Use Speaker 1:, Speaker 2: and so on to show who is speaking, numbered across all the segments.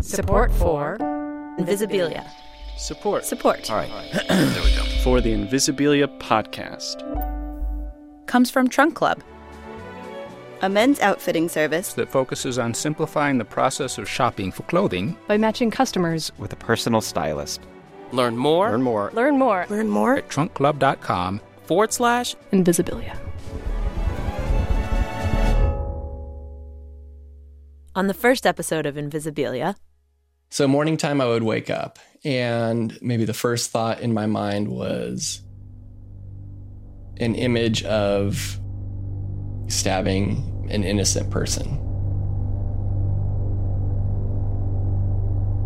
Speaker 1: Support for
Speaker 2: Invisibilia.
Speaker 3: Support.
Speaker 2: Support.
Speaker 4: All right.
Speaker 3: for the Invisibilia podcast.
Speaker 1: comes from Trunk Club.
Speaker 2: A men's outfitting service.
Speaker 5: that focuses on simplifying the process of shopping for clothing.
Speaker 6: by matching customers.
Speaker 4: With a personal stylist.
Speaker 7: Learn more
Speaker 4: Learn more.
Speaker 6: Learn more.
Speaker 2: Learn more.
Speaker 5: At trunkclub.com.
Speaker 7: forward slash
Speaker 6: Invisibilia.
Speaker 2: On the first episode of Invisibilia,
Speaker 8: So morning time I would wake up and maybe the first thought in my mind was an image of stabbing an innocent person.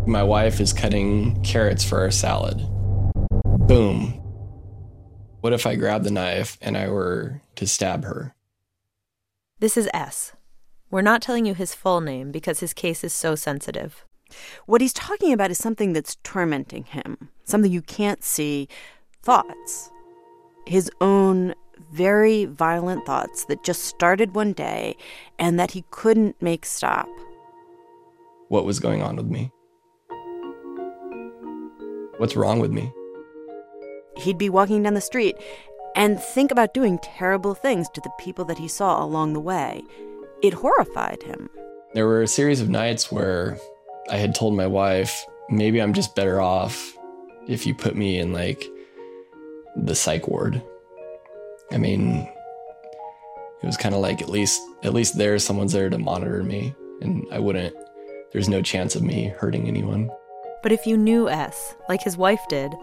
Speaker 8: My wife is cutting carrots for our salad. Boom. What if I grabbed the knife and I were to stab her?
Speaker 2: this is S. We're not telling you his full name because his case is so sensitive.
Speaker 9: What he's talking about is something that's tormenting him, something you can't see thoughts. His own very violent thoughts that just started one day and that he couldn't make stop.
Speaker 8: What was going on with me? What's wrong with me?
Speaker 9: He'd be walking down the street and think about doing terrible things to the people that he saw along the way. It horrified him.
Speaker 8: There were a series of nights where I had told my wife, maybe I'm just better off if you put me in like the psych ward. I mean, it was kind of like at least at least there someone's there to monitor me and I wouldn't there's no chance of me hurting anyone.
Speaker 2: But if you knew S, like his wife did,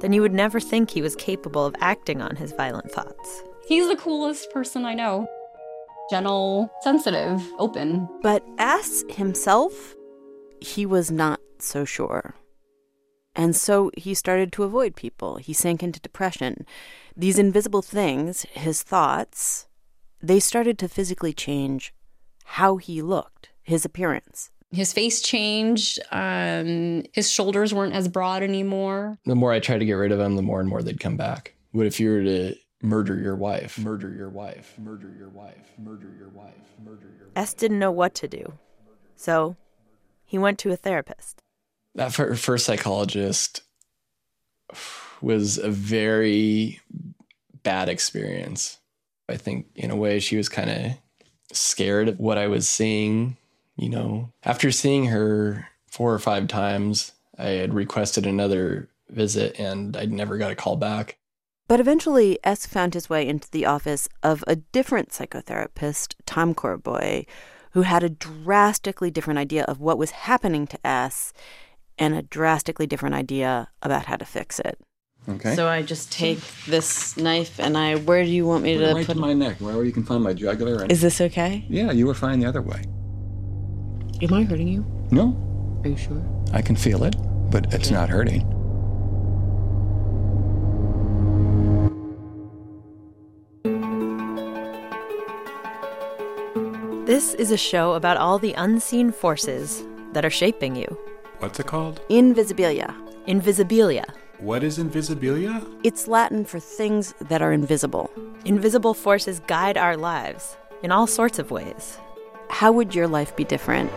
Speaker 2: then you would never think he was capable of acting on his violent thoughts.
Speaker 10: He's the coolest person I know. Gentle, sensitive, open.
Speaker 9: But S himself, he was not so sure. And so he started to avoid people. He sank into depression. These invisible things, his thoughts, they started to physically change how he looked, his appearance.
Speaker 10: His face changed. Um, his shoulders weren't as broad anymore.
Speaker 8: The more I tried to get rid of them, the more and more they'd come back. What if you were to murder your wife? Murder your wife. Murder your wife. Murder your wife. Murder your wife.
Speaker 2: S didn't know what to do. So he went to a therapist.
Speaker 8: that fir- first psychologist was a very bad experience. I think, in a way, she was kind of scared of what I was seeing. You know, after seeing her four or five times, I had requested another visit and I'd never got a call back.
Speaker 9: But eventually, S found his way into the office of a different psychotherapist, Tom Corboy, who had a drastically different idea of what was happening to S and a drastically different idea about how to fix it.
Speaker 4: Okay.
Speaker 9: I just take this knife and I. Where do you want me
Speaker 4: right to my neck, wherever you can find my jugular. And,
Speaker 9: Is this okay?
Speaker 4: yeah, you were fine the other way.
Speaker 9: Am I hurting you?
Speaker 4: No,
Speaker 9: Are you sure?
Speaker 4: I can feel it, but it's not hurting.
Speaker 2: This is a show about all the unseen forces that are shaping you.
Speaker 11: What's it called?
Speaker 9: Invisibilia.
Speaker 2: Invisibilia.
Speaker 11: What is invisibilia?
Speaker 9: It's Latin for things that are invisible.
Speaker 2: Invisible forces guide our lives in all sorts of ways.
Speaker 9: How would your life be different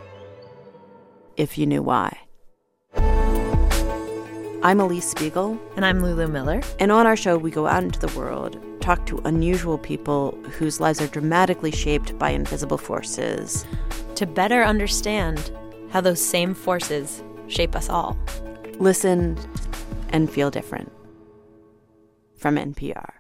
Speaker 9: if you knew why? I'm Elise Spiegel,
Speaker 2: And I'm Lulu Miller.
Speaker 9: and on our show, we go out into the world, talk to unusual people whose lives are dramatically shaped by invisible forces.
Speaker 2: to better understand how those same forces shape us all.
Speaker 9: Listen and feel different. From NPR.